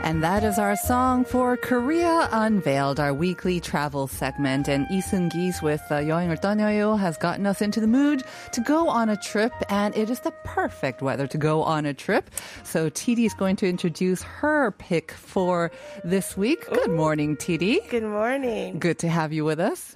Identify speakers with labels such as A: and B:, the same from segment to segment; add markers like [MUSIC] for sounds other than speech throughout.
A: And that is our song for Korea Unveiled, our weekly travel segment. And Isun Geese with uh, 여행을 떠나요 has gotten us into the mood to go on a trip. And it is the perfect weather to go on a trip. So TD is going to introduce her pick for this week. Good morning, TD. [LAUGHS]
B: Good morning.
A: Good to have you with us.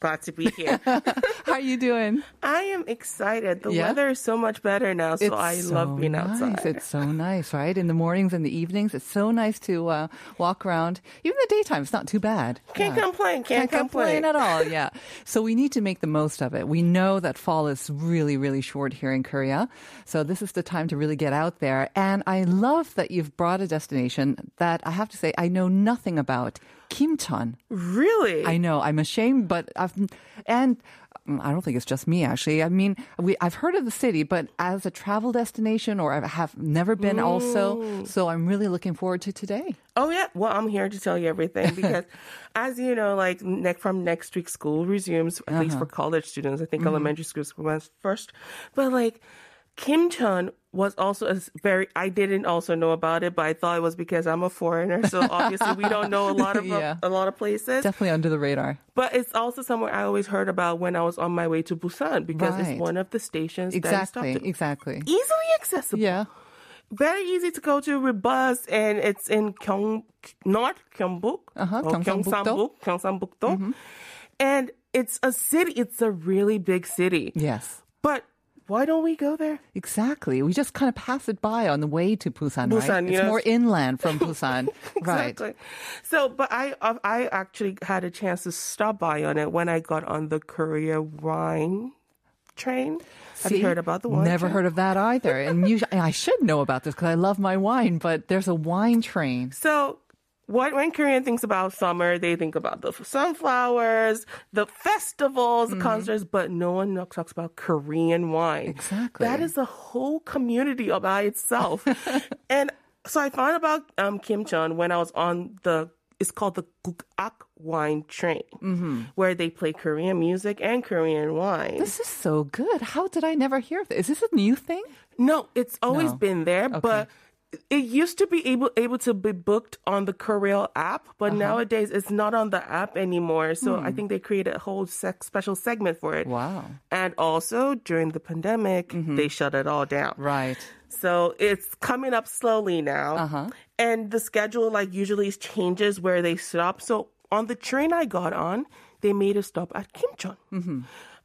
B: Glad to be here.
A: How are you doing?
B: [LAUGHS] I am excited. The
A: Yeah?
B: weather is so much better now, [LAUGHS] so I love being
A: nice.
B: outside.
A: It's so nice, right? In the mornings and the evenings, it's so nice to uh, walk around. Even the daytime, it's not too bad.
B: Can't
A: Yeah.
B: complain. Can't,
A: complain at all. Yeah. So we need to make the most of it. We know that fall is really, really short here in Korea. So this is the time to really get out there. And I love that you've brought a destination that I have to say I know nothing about. Kimcheon.
B: Really?
A: I know I'm ashamed, but I've and mm, I don't think it's just me actually. I mean, we I've heard of the city, but as a travel destination, or I have never been also. So I'm really looking forward to today.
B: oh yeah. Well, I'm here to tell
A: [LAUGHS]
B: you everything because, as you know, like ne- from next week, school resumes at least for
A: Uh-huh.
B: college students. I think
A: Mm-hmm.
B: elementary school was first, but like Kimcheon was also a s- very. I didn't also know about it, but I thought it was because I'm a foreigner, so obviously we don't know a
A: [LAUGHS]
B: lot of
A: Yeah.
B: a, lot of places.
A: Definitely under the radar.
B: But it's also somewhere I always heard about when I was on my way to Busan because
A: Right.
B: it's one of the stations that stopped
A: Exactly.
B: at.
A: Exactly.
B: Easily accessible.
A: Yeah.
B: Very easy to go to with bus, and it's in Gyeong, North Gyeongbuk,
A: Uh-huh, Mm-hmm.
B: or
A: Gyeongsangbuk-do.
B: Gyeongsangbuk, Gyeongsangbuk-do. And it's a city. It's a really big city.
A: Yes.
B: But why don't we go there?
A: Exactly. We just kind of pass it by on the way to Busan, right?
B: Busan,
A: It's
B: yes.
A: more inland
B: [LAUGHS]
A: from Busan. Right.
B: Exactly. So, but I uh, I actually had a chance to stop by on it when I got on the Korea wine train. Have
A: See?
B: you heard about the wine?
A: Never
B: train?
A: heard of that either. And you, I should know about this because I love my wine, but there's a wine train.
B: So, what when Korean thinks about summer, they think about the sunflowers, the festivals, the concerts, but no one no- talks about Korean wine.
A: Exactly.
B: That is a whole community all by itself. and so I found about um, Kimcheon when I was on the. It's called the Gukak Wine Train, where they play Korean music and Korean wine.
A: This is so good. How did I never hear of this? Is this a new thing?
B: No, it's always
A: No.
B: been there,
A: Okay.
B: but it used to be able able to be booked on the Corel app,
A: Uh-huh.
B: but nowadays it's not on the app anymore. So I think they created a whole sec- special segment for it.
A: Hmm. Wow. Mm-hmm.
B: And also during the pandemic, they shut it all down.
A: Right.
B: So it's coming up slowly now.
A: Uh-huh.
B: And the schedule like usually changes where they stop. So on the train I got on, they made a stop at Kimcheon.
A: Mm-hmm.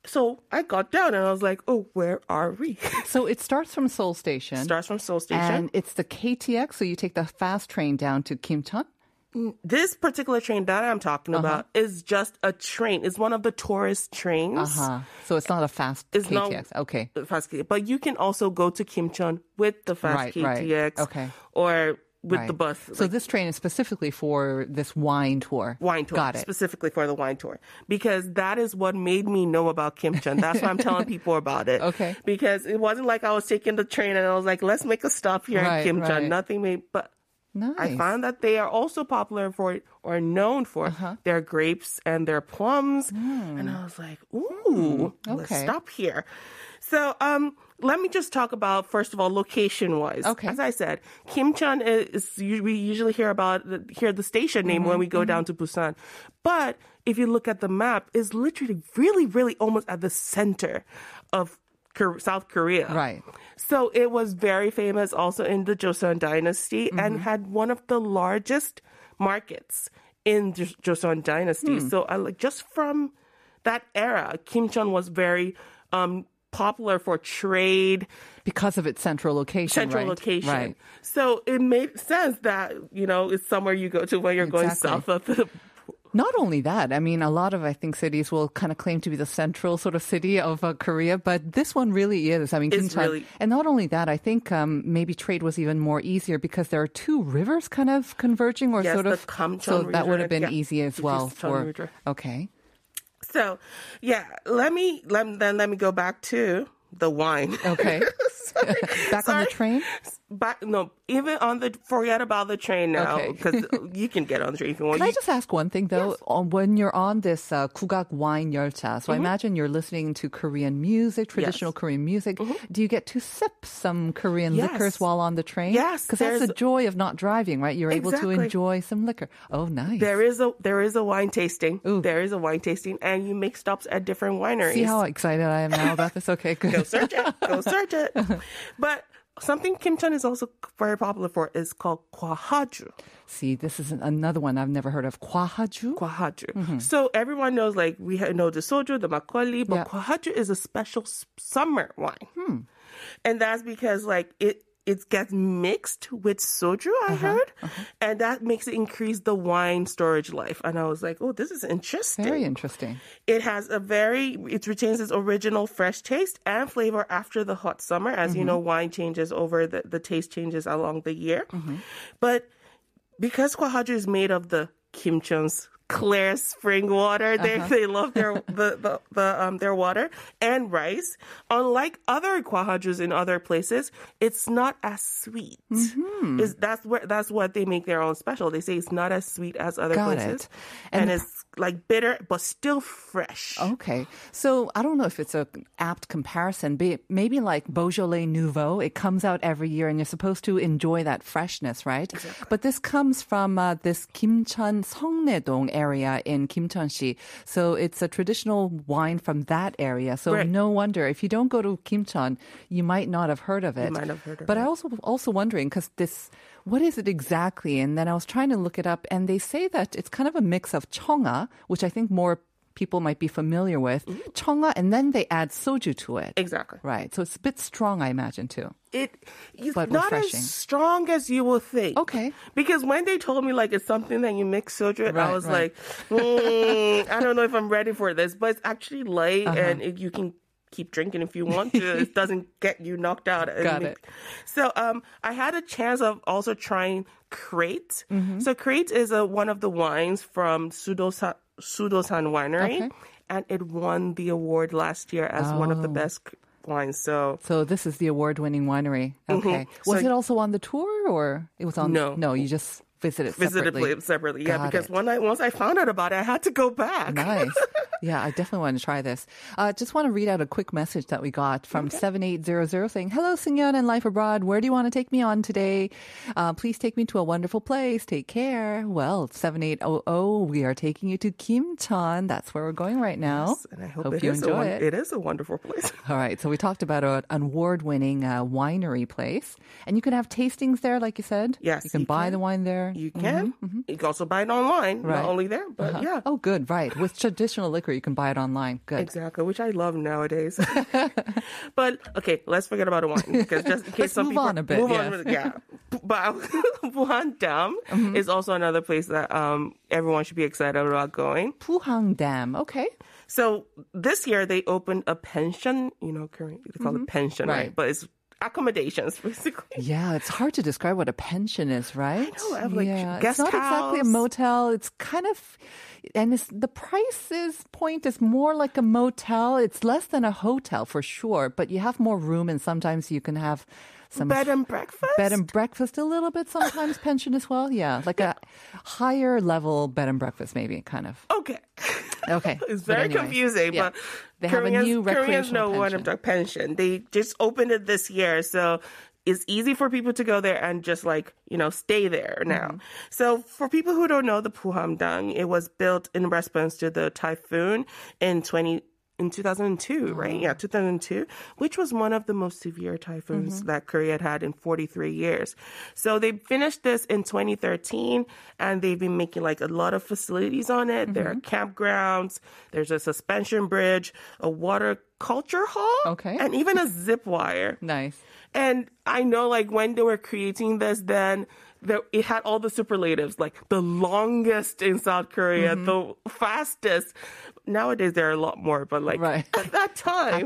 B: So I got down and I was like, "Oh, where are we?" [LAUGHS]
A: So it starts from Seoul Station.
B: Starts from Seoul Station.
A: and it's the KTX, so you take the fast train down to Kimcheon.
B: this particular train that I'm talking
A: Uh-huh.
B: about is just a train. It's one of the tourist trains.
A: Uh-huh. So it's not a fast
B: It's not-
A: KTX. okay.
B: the Fast K- but you can also go to Kimcheon with the
A: Right,
B: Fast
A: right.
B: KTX,
A: Okay.
B: or with the
A: Right.
B: bus.
A: So
B: like,
A: this train is specifically for this wine tour.
B: wine tour,
A: Got it.
B: specifically for the wine tour, because that is what made me know about Kimcheon.
A: [LAUGHS]
B: That's why I'm telling people about it.
A: Okay.
B: because it wasn't like I was taking the train and I was like, let's make a stop here
A: Right,
B: in Kimcheon.
A: right.
B: Nothing made, but.
A: Nice.
B: I found that they are also popular for or known for
A: Uh-huh.
B: their grapes and their plums. And I was like, ooh,
A: Hmm.
B: let's
A: okay.
B: stop here. So, um, let me just talk about first of all location wise.
A: Okay.
B: As I said, Kimcheon is, is we usually hear about the- hear the station
A: Mm-hmm,
B: name when we go down to Busan, but if you look at the map, it's literally really really almost at the center of Kor- South Korea.
A: Right.
B: So it was very famous also in the Joseon dynasty and
A: Mm-hmm.
B: had one of the largest markets in the Joseon dynasty.
A: Hmm.
B: So I like just from that era, Kimcheon was very um, popular for trade,
A: Because of its central location.
B: central
A: right? Right.
B: location. So it made sense that you know it's somewhere you go to when you're going
A: Exactly.
B: south of the [LAUGHS]
A: Not only that, I mean, a lot of I think cities will kind of claim to be the central sort of city of uh, Korea, but this one really is. I mean,
B: It's
A: Incheon-
B: really-
A: and not only that, I think um, maybe trade was even more easier because there are two rivers kind of converging or
B: Yes,
A: sort
B: the
A: of. so
B: Kamcheon
A: that would
B: River
A: have
B: and
A: been
B: Ga-
A: easy as
B: the
A: well for.
B: Gyeongsangbuk River.
A: Okay.
B: So, yeah, let me let then let me go back to the wine.
A: Okay.
B: [LAUGHS] Sorry.
A: [LAUGHS] Back on the
B: Sorry.
A: train?
B: Back, no, even on the forget about the train now
A: Okay.
B: because you can get on the train if you want.
A: Can I
B: You-
A: just ask one thing though? Uh, When you're on this uh, Kugak wine 열차, so I
B: Mm-hmm.
A: imagine you're listening to Korean music, traditional Korean music. Do you get to sip some Korean
B: Mm-hmm. Yes.
A: liquors while on the train?
B: Yes,
A: because that's the
B: there's-
A: joy of not driving, right? You're able to
B: Exactly.
A: enjoy some liquor. Oh, nice.
B: there is a there is a wine tasting. There is a wine tasting, and you make stops at different wineries.
A: See how excited I am now about this?
B: [LAUGHS]
A: Okay, good.
B: go search it. Go search it.
A: [LAUGHS]
B: But something Kimcheon is also very popular for is called kwahaju.
A: See, this is another one I've never heard of. Kwahaju.
B: Kwahaju.
A: Mm-hmm.
B: So everyone knows, like we ha- know the soju, the makgeolli, but
A: Yeah. Hmm.
B: kwahaju is a special s- summer wine, and that's because like it. It gets mixed with soju, I
A: Uh-huh.
B: heard, and that makes it increase the wine storage life. And I was like, "Oh, this is interesting."
A: Very interesting.
B: It has a very, it retains its original fresh taste and flavor after the hot summer. As
A: Mm-hmm.
B: you know, wine changes over the, the taste changes along the year.
A: Mm-hmm.
B: But because Kwahaju is made of the kimchon's clear spring water, they,
A: Uh-huh.
B: they love
A: [LAUGHS]
B: their the, the, the um their water and rice. Unlike other Kwahajus in other places, it's not as sweet.
A: Mm-hmm.
B: Is that's where that's what they make their own special. They say it's not as sweet as other
A: Got it.
B: places.
A: And
B: and
A: the-
B: it's like bitter but still fresh.
A: Okay. So I don't know if it's a apt comparison, but maybe like Beaujolais Nouveau, it comes out every year and you're supposed to enjoy that freshness, right? But this comes from uh, this Kimcheon Seongnedong area in Kimcheonsi. So it's a traditional wine from that area. So
B: Right.
A: no wonder if you don't go to Kimcheon, you might not have heard of it.
B: might have heard of
A: but I
B: it.
A: also also wondering because this what is it exactly? And then I was trying to look it up, and they say that it's kind of a mix of chonga, which I think more people might be familiar with, chonga, and then they add soju to it.
B: Exactly.
A: Right, so it's a bit strong, I imagine too.
B: It it's
A: But
B: not
A: refreshing.
B: as strong as you will think.
A: Okay.
B: Because when they told me like it's something that you mix soju,
A: Right,
B: I was
A: right.
B: like, mm, I don't know if I'm ready for this, but it's actually light
A: Uh-huh.
B: and it, you can keep drinking if you want to.
A: [LAUGHS]
B: it doesn't get you knocked out. And
A: Got it.
B: So um, I had a chance of also trying Crate.
A: Mm-hmm.
B: So Crate is a, one of the wines from Sudosan, Sudosan Winery,
A: Okay.
B: and it won the award last year as one
A: Oh.
B: of the best wines. So
A: So this is the award-winning winery. Okay, was
B: Mm-hmm. So-
A: it also on the tour, or it was on?
B: No.
A: no, you just visited
B: visited
A: separately.
B: it separately. Yeah,
A: Got
B: because
A: it.
B: when I once I found out about it, I had to go back.
A: Nice. Yeah, I definitely want to try this. Uh, just want to read out a quick message that we got from 7800 saying, Hello, Singyeon and Life Abroad. Where do you want to take me on today? Uh, please take me to a wonderful place. Take care. Well, 7800, oh, we are taking you to Kimcheon. That's where we're going right now.
B: And I hope,
A: you
B: it, is a
A: enjoy
B: won-
A: it. Mm-hmm.
B: it is a wonderful place.
A: All right, so we talked about a- an award-winning uh, winery place, and you can have tastings there, like you said.
B: Yes,
A: you can
B: you
A: buy
B: can.
A: the wine there.
B: You can. You can also buy it online,
A: Mm-hmm. Right.
B: not only there, but yeah.
A: Oh, good, right. With traditional liquor, you can buy it online. Good.
B: Exactly, which I
A: [LAUGHS]
B: love nowadays. [LAUGHS] but okay, let's forget about wine
A: [LAUGHS]
B: because just in case
A: Let's
B: some
A: move
B: people
A: on a bit,
B: move
A: yes.
B: on
A: [LAUGHS]
B: with- yeah. But [LAUGHS] Wuhan Dam
A: Mm-hmm.
B: is also another place that um, everyone should be excited about going.
A: Puhang Dam. Okay.
B: So this year they opened a pension, you know, Korean, they call it pension, right.
A: Mm-hmm. Right.
B: But it's accommodations [LAUGHS] basically.
A: Yeah, it's hard to describe what a pension is, right?
B: know, I have, like,
A: yeah, it's
B: guest
A: not exactly a
B: house.
A: motel. It's kind of, and it's, the prices point is more like a motel. It's less than a hotel for sure, but you have more room, and sometimes you can have some
B: Bed and breakfast?
A: bed and breakfast a little bit.
B: [LAUGHS]
A: Sometimes pension as well. Yeah, like a higher level bed and breakfast, maybe kind of.
B: Okay. [LAUGHS]
A: Okay,
B: it's
A: but
B: very
A: anyways,
B: confusing,
A: yeah.
B: but
A: they have
B: Koreans,
A: a new
B: Koreans know
A: recreational
B: what
A: pension.
B: I'm talking pension. They just opened it this year, so it's easy for people to go there and just like, you know, stay there now.
A: Mm-hmm.
B: So for people who don't know the Puhamdang, it was built in response to the typhoon in 20 in 2002,
A: Oh.
B: right? Yeah, 2002, which was one of the most severe typhoons
A: Mm-hmm.
B: that Korea had had in 43 years. So they finished this in 2013 and they've been making like a lot of
A: Mm-hmm.
B: facilities on it. There are campgrounds, there's a suspension bridge, a water culture hall
A: Okay.
B: and
A: [LAUGHS]
B: even a zip wire.
A: Nice.
B: And I know, like, when they were creating this, then the, it had all the superlatives, like the longest in South Korea,
A: Mm-hmm.
B: the fastest. Nowadays, there are a lot more, but like
A: Right.
B: at that time,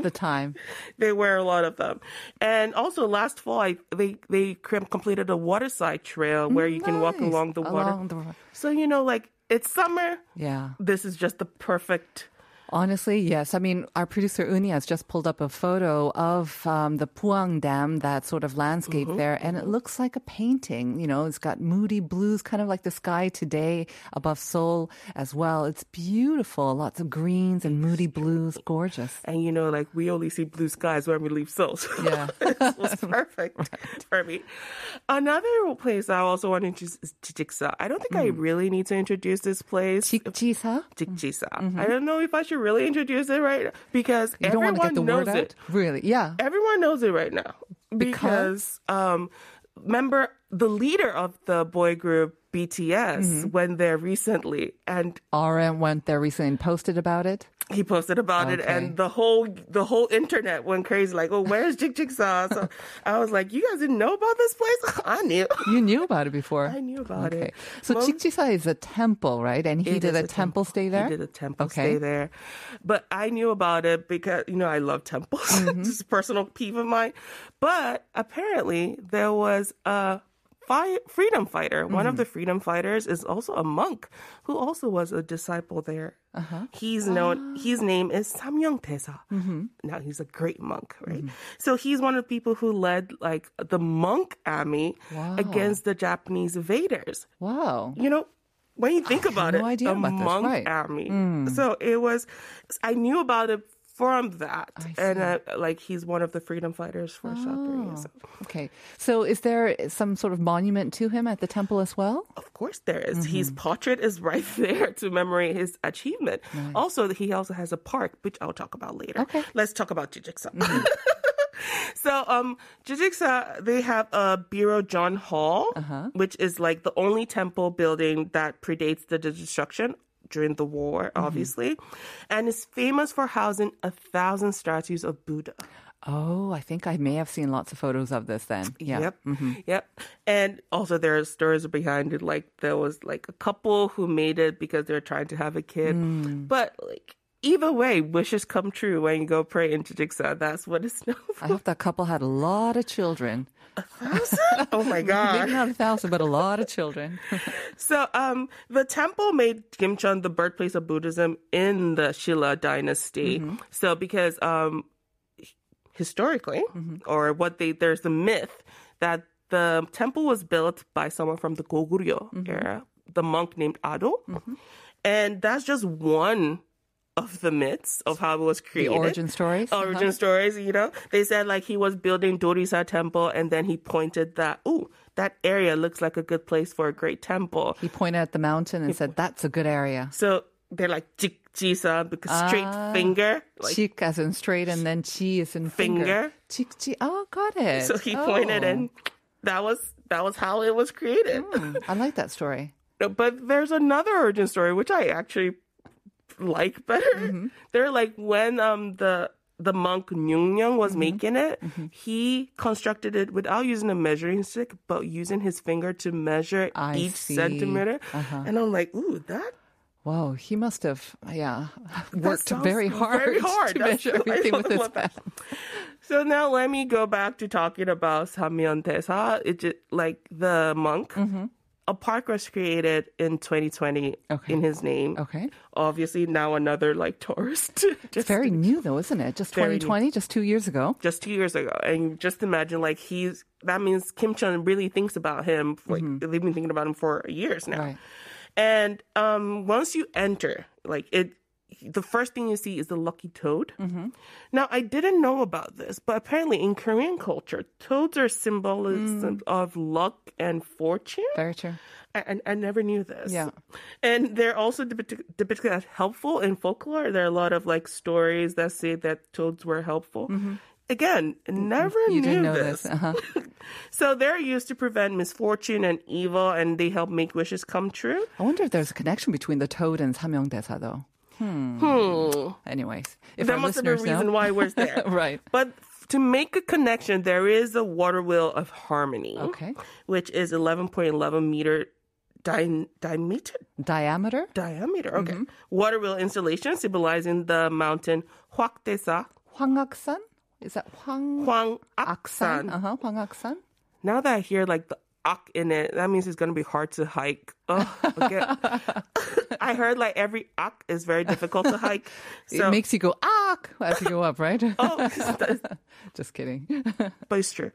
A: [LAUGHS] At the time.
B: [LAUGHS] they wear a lot of them. And also, last fall, I, they they cr- completed a waterside trail where you can walk
A: Nice.
B: along the water.
A: Along the-
B: so you know, like it's summer.
A: Yeah.
B: This is just the perfect.
A: Honestly, yes. I mean, our producer Uni has just pulled up a photo of um, the Puang Dam, that sort of landscape
B: Mm-hmm,
A: there, and it looks like a painting. You know, it's got moody blues, kind of like the sky today above Seoul as well. It's beautiful. Lots of greens and moody blues. Gorgeous.
B: And you know, like we only see blue skies when we leave Seoul. So [LAUGHS]
A: Yeah.
B: it was
A: [LAUGHS]
B: perfect for me. Another place I also want to introduce is Jijiksa. I don't think
A: Mm.
B: I really need to introduce this place.
A: Jikjisa?
B: Jijiksa. I don't know if I should really introduce it right because
A: Mm-hmm. You don't
B: everyone
A: want to get the
B: knows
A: word out?
B: it.
A: Really? Yeah.
B: Everyone knows it right now because, um, member the leader of the boy group BTS
A: Mm-hmm.
B: went there recently, and
A: RM went there recently and posted about it.
B: he posted about it,
A: Okay.
B: and the whole the whole internet went crazy. Like, oh, where's Jig Jigsaw? So I was like, you guys didn't know about this place? [LAUGHS] I knew.
A: You knew about it before.
B: I knew about
A: okay.
B: it.
A: So
B: Most-
A: Jikjisa is a temple, right? And he
B: It
A: did a
B: is
A: temple stay there?
B: He did a temple
A: Okay.
B: stay there. But I knew about it because, you know, I love temples. [LAUGHS]
A: Mm-hmm.
B: Just a personal peeve of mine. But apparently there was a fi- freedom fighter. One
A: Mm-hmm.
B: of the freedom fighters is also a monk who also was a disciple there.
A: Uh-huh.
B: He's known, his name is Samyong Tesa.
A: Mm-hmm.
B: Now he's a great monk, right? So he's one of the people who led like the monk army
A: Wow.
B: against the Japanese invaders
A: Wow.
B: you know, when you think about
A: no
B: it,
A: idea
B: a
A: about this,
B: monk
A: right. Hmm.
B: army. So it was, I knew about it from that, and uh, like he's one of the freedom fighters for South
A: Oh.
B: Korea. So
A: Okay. So is there some sort of monument to him at the temple as well?
B: of course there is. His portrait is right [LAUGHS] there to commemorate his achievement. Also, he also has a park, which I'll talk about later.
A: Okay.
B: let's talk about Jijiksa. [LAUGHS] So, um, Jijiksa, they have a Bureau John Hall, which is like the only temple building that predates the destruction during the war, obviously, and is famous for housing a thousand statues of Buddha.
A: Oh, I think I may have seen lots of photos of this then. Yeah. Mm-hmm.
B: Yep. Yep. And also, there are stories behind it. Like, there was like a couple who made it because they were trying to have a kid.
A: Mm.
B: But, like, either way, wishes come true when you go pray in Jijiksa. That's what it's [LAUGHS] known for.
A: I hope that couple had a lot of children.
B: oh my
A: [LAUGHS]
B: God.
A: Maybe not a thousand, but a lot of children. [LAUGHS]
B: So, um, the temple made Gimcheon the birthplace of Buddhism in the Shilla dynasty.
A: Mm-hmm.
B: So, because um, h- historically,
A: Mm-hmm.
B: or what they there's the myth that the temple was built by someone from the Goguryeo
A: Mm-hmm.
B: era, the monk named Ado, and that's just one of the myths of how it was
A: the
B: created
A: origin Uh-huh. stories.
B: origin stories, you know. They said like he was building Dorisa temple and then he pointed that, ooh, that area looks like a good place for a great temple.
A: He pointed at the mountain and said, "That's a good area."
B: So they're like "Jik- Jisa because straight
A: Ah,
B: finger. Like
A: Cheek as in straight, and then chi is in finger.
B: Finger.
A: Cheek, chi. Oh, got it.
B: so he pointed
A: Oh.
B: and that was that was how it was created.
A: Oh. I like that story.
B: but there's another origin story which I actually like better.
A: Mm-hmm.
B: They're like when um the the monk Nyungyang was
A: Mm-hmm.
B: making it, he constructed it without using a measuring stick, but using his finger to measure
A: I
B: each
A: see. Uh-huh.
B: centimeter. And I'm like, ooh, that
A: Whoa, he must have, yeah, worked
B: sounds
A: very hard, [LAUGHS]
B: very hard.
A: to
B: That's
A: measure
B: what I
A: everything with
B: thought
A: his
B: about that.
A: hand.
B: So now let me go back to talking about Samyon Tesa, it ju- like the monk.
A: Mm-hmm.
B: A park was created in 2020
A: Okay.
B: in his name.
A: [LAUGHS] Okay.
B: Obviously, now another like tourist. [LAUGHS]
A: It's
B: Just-
A: very new, though, isn't it? Just
B: Very new.
A: 2020, just two years ago.
B: just two years ago. And just imagine, like, he's that means Kim Chun really thinks about him. Like, they've been thinking about him for years now.
A: Mm-hmm. Right.
B: And um, once you enter, like, it, the first thing you see is the lucky toad.
A: Mm-hmm.
B: Now, I didn't know about this, but apparently in Korean culture, toads are symbolism
A: Mm.
B: of luck and fortune.
A: Very true.
B: I, I, I never knew this.
A: Yeah.
B: And they're also depicted, depicted as helpful in folklore. There are a lot of like stories that say that toads were helpful. Again, never
A: Mm-hmm. You didn't
B: knew
A: know
B: this.
A: this. Uh-huh.
B: [LAUGHS]
A: [LAUGHS]
B: So they're used to prevent misfortune and evil, and they help make wishes come true.
A: I wonder if there's a connection between the toad and Samyong Desa, though. Anyways, if
B: Hmm. That
A: our
B: must have been
A: listeners
B: reason
A: know,
B: why
A: [LAUGHS]
B: we're there.
A: Right.
B: But to make a connection, there is a water wheel of harmony,
A: Okay.
B: which is 11.11 meter di- diameter.
A: diameter.
B: Diameter. Okay.
A: Mm-hmm.
B: Water wheel installation symbolizing the mountain Huactesa
A: Hwangaksan? Is that Hwang?
B: Huangaksan.
A: Uh huh. Hwangaksan.
B: Now that I hear like the ak in it, that means it's going to be hard to hike. Oh, okay.
A: [LAUGHS]
B: [LAUGHS] I heard like every ak is very difficult to hike.
A: [LAUGHS]
B: So, [LAUGHS]
A: it makes you go ah as you go up, right?
B: oh,
A: [LAUGHS] Just kidding.
B: but it's
A: [LAUGHS]
B: true.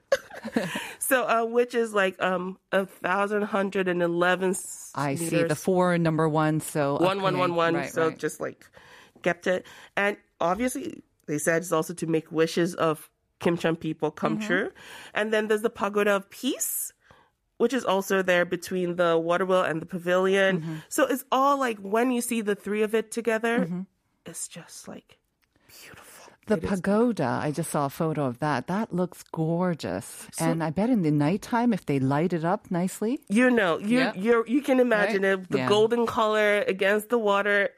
B: so, uh, which is like um a thousand hundred and eleven.
A: I see the four number one. So
B: one one
A: upcoming.
B: one one.
A: Right,
B: so
A: right.
B: just like kept it, and obviously they said it's also to make wishes of Kimcheon people come
A: Mm-hmm.
B: true. And then there's the pagoda of peace. Which is also there between the water wheel and the pavilion.
A: Mm-hmm.
B: So it's all like when you see the three of it together,
A: Mm-hmm.
B: it's just like
A: the pagoda. I just saw a photo of that. That looks gorgeous, and I bet in the nighttime, if they light it up nicely,
B: you know, you
A: Yeah.
B: you you can imagine
A: Right?
B: it. The
A: Yeah.
B: golden color against the water,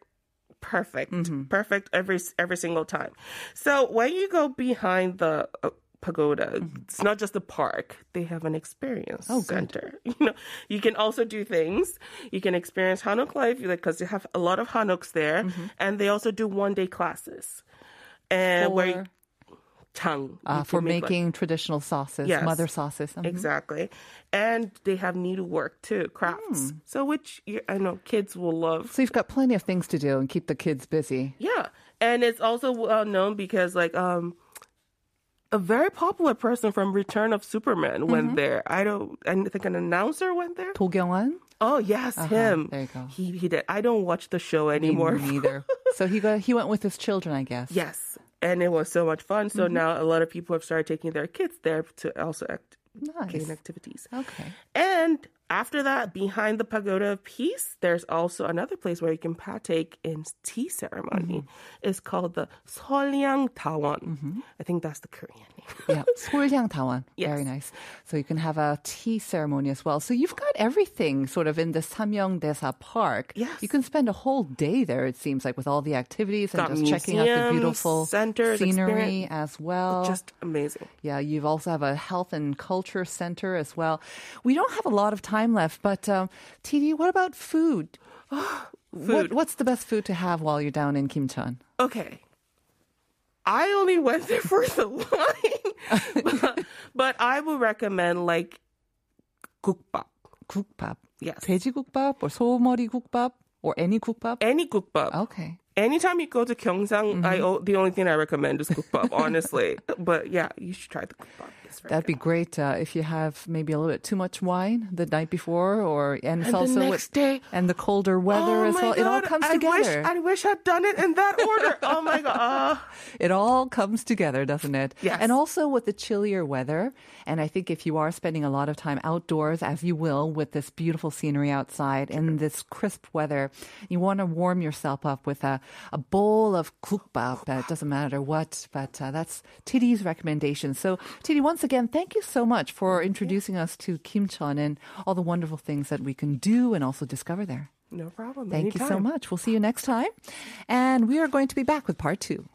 B: perfect,
A: Mm-hmm.
B: perfect every every single time. So when you go behind the uh, pagoda,
A: Mm-hmm.
B: it's not just a park. They have an experience
A: Oh,
B: center. [LAUGHS] You know, you can also do things. You can experience Hanok life because they have a lot of Hanoks there,
A: Mm-hmm.
B: and they also do one day classes. And where you-
A: for,
B: Chang
A: uh,
B: you
A: for
B: can make, like,
A: making traditional sauces,
B: Yes.
A: mother sauces. Mhm.
B: Exactly. And they have needlework too,
A: Hmm.
B: crafts. So, which you- I know kids will love.
A: So you've got plenty of things to do and keep the kids busy.
B: Yeah. And it's also well known because, like, um, a very popular person from Return of Superman
A: Mm-hmm.
B: went there. I don't, I think an announcer went there.
A: Do Kyung-won?
B: Oh, yes, him.
A: Uh-huh. There you go.
B: He, he did. I don't watch the show
A: Me
B: anymore.
A: neither. so he got he went with his children, I guess.
B: [LAUGHS] yes. And it was so much fun.
A: Mm-hmm.
B: So now a lot of people have started taking their kids there to also act,
A: Nice.
B: gain activities.
A: Okay.
B: And after that, behind the pagoda of peace, there's also another place where you can partake in tea ceremony.
A: Mm-hmm.
B: It's called the Solyang Tawan. I think that's the Korean name.
A: yeah,
B: [LAUGHS]
A: Soryang Tawan. Very nice. So you can have a tea ceremony as well. So you've got everything sort of in the Samyeong Desa Park.
B: Yes.
A: You can spend a whole day there, it seems like, with all the activities and
B: Got
A: just checking out the
B: museums,
A: beautiful
B: centers,
A: scenery
B: experience.
A: as well.
B: [LAUGHS] Just amazing.
A: Yeah, you've also have a health and culture center as well. We don't have a lot of time left, but um, TD, what about food? What,
B: [SIGHS] Food.
A: what's the best food to have while you're down in Kimcheon?
B: Okay. I only went there for the [LAUGHS] wine, [LAUGHS] but, but I would recommend like gukbap.
A: 국밥.
B: Yes.
A: 돼지국밥 or 소머리 국밥 or any 국밥?
B: Any gukbap.
A: Okay.
B: Anytime you go to Gyeongsang,
A: Mm-hmm.
B: I o- the only thing I recommend
A: [LAUGHS]
B: is gukbap, honestly. but yeah, you should try the gukbap. It's very
A: That'd be great uh, if you have maybe a little bit too much wine the night before, or and it's
B: And the
A: also
B: next day.
A: and the colder weather
B: Oh
A: as
B: my
A: well. It all
B: God,
A: comes
B: I
A: together.
B: Wish, I wish I'd done it in that
A: [LAUGHS]
B: order. oh my god. Uh,
A: It all comes together, doesn't it?
B: Yes.
A: And also with the chillier weather, and I think if you are spending a lot of time outdoors, as you will, with this beautiful scenery outside and this crisp weather, you want to warm yourself up with a, a bowl of kukbap. It doesn't matter what, but uh, that's Tiddy's recommendation. So, Tiddy, once again, thank you so much for introducing us to Kimcheon and all the wonderful things that we can do and also discover there.
B: no problem.
A: Thank you so
B: anytime.
A: much. We'll see you next time. And we are going to be back with part two.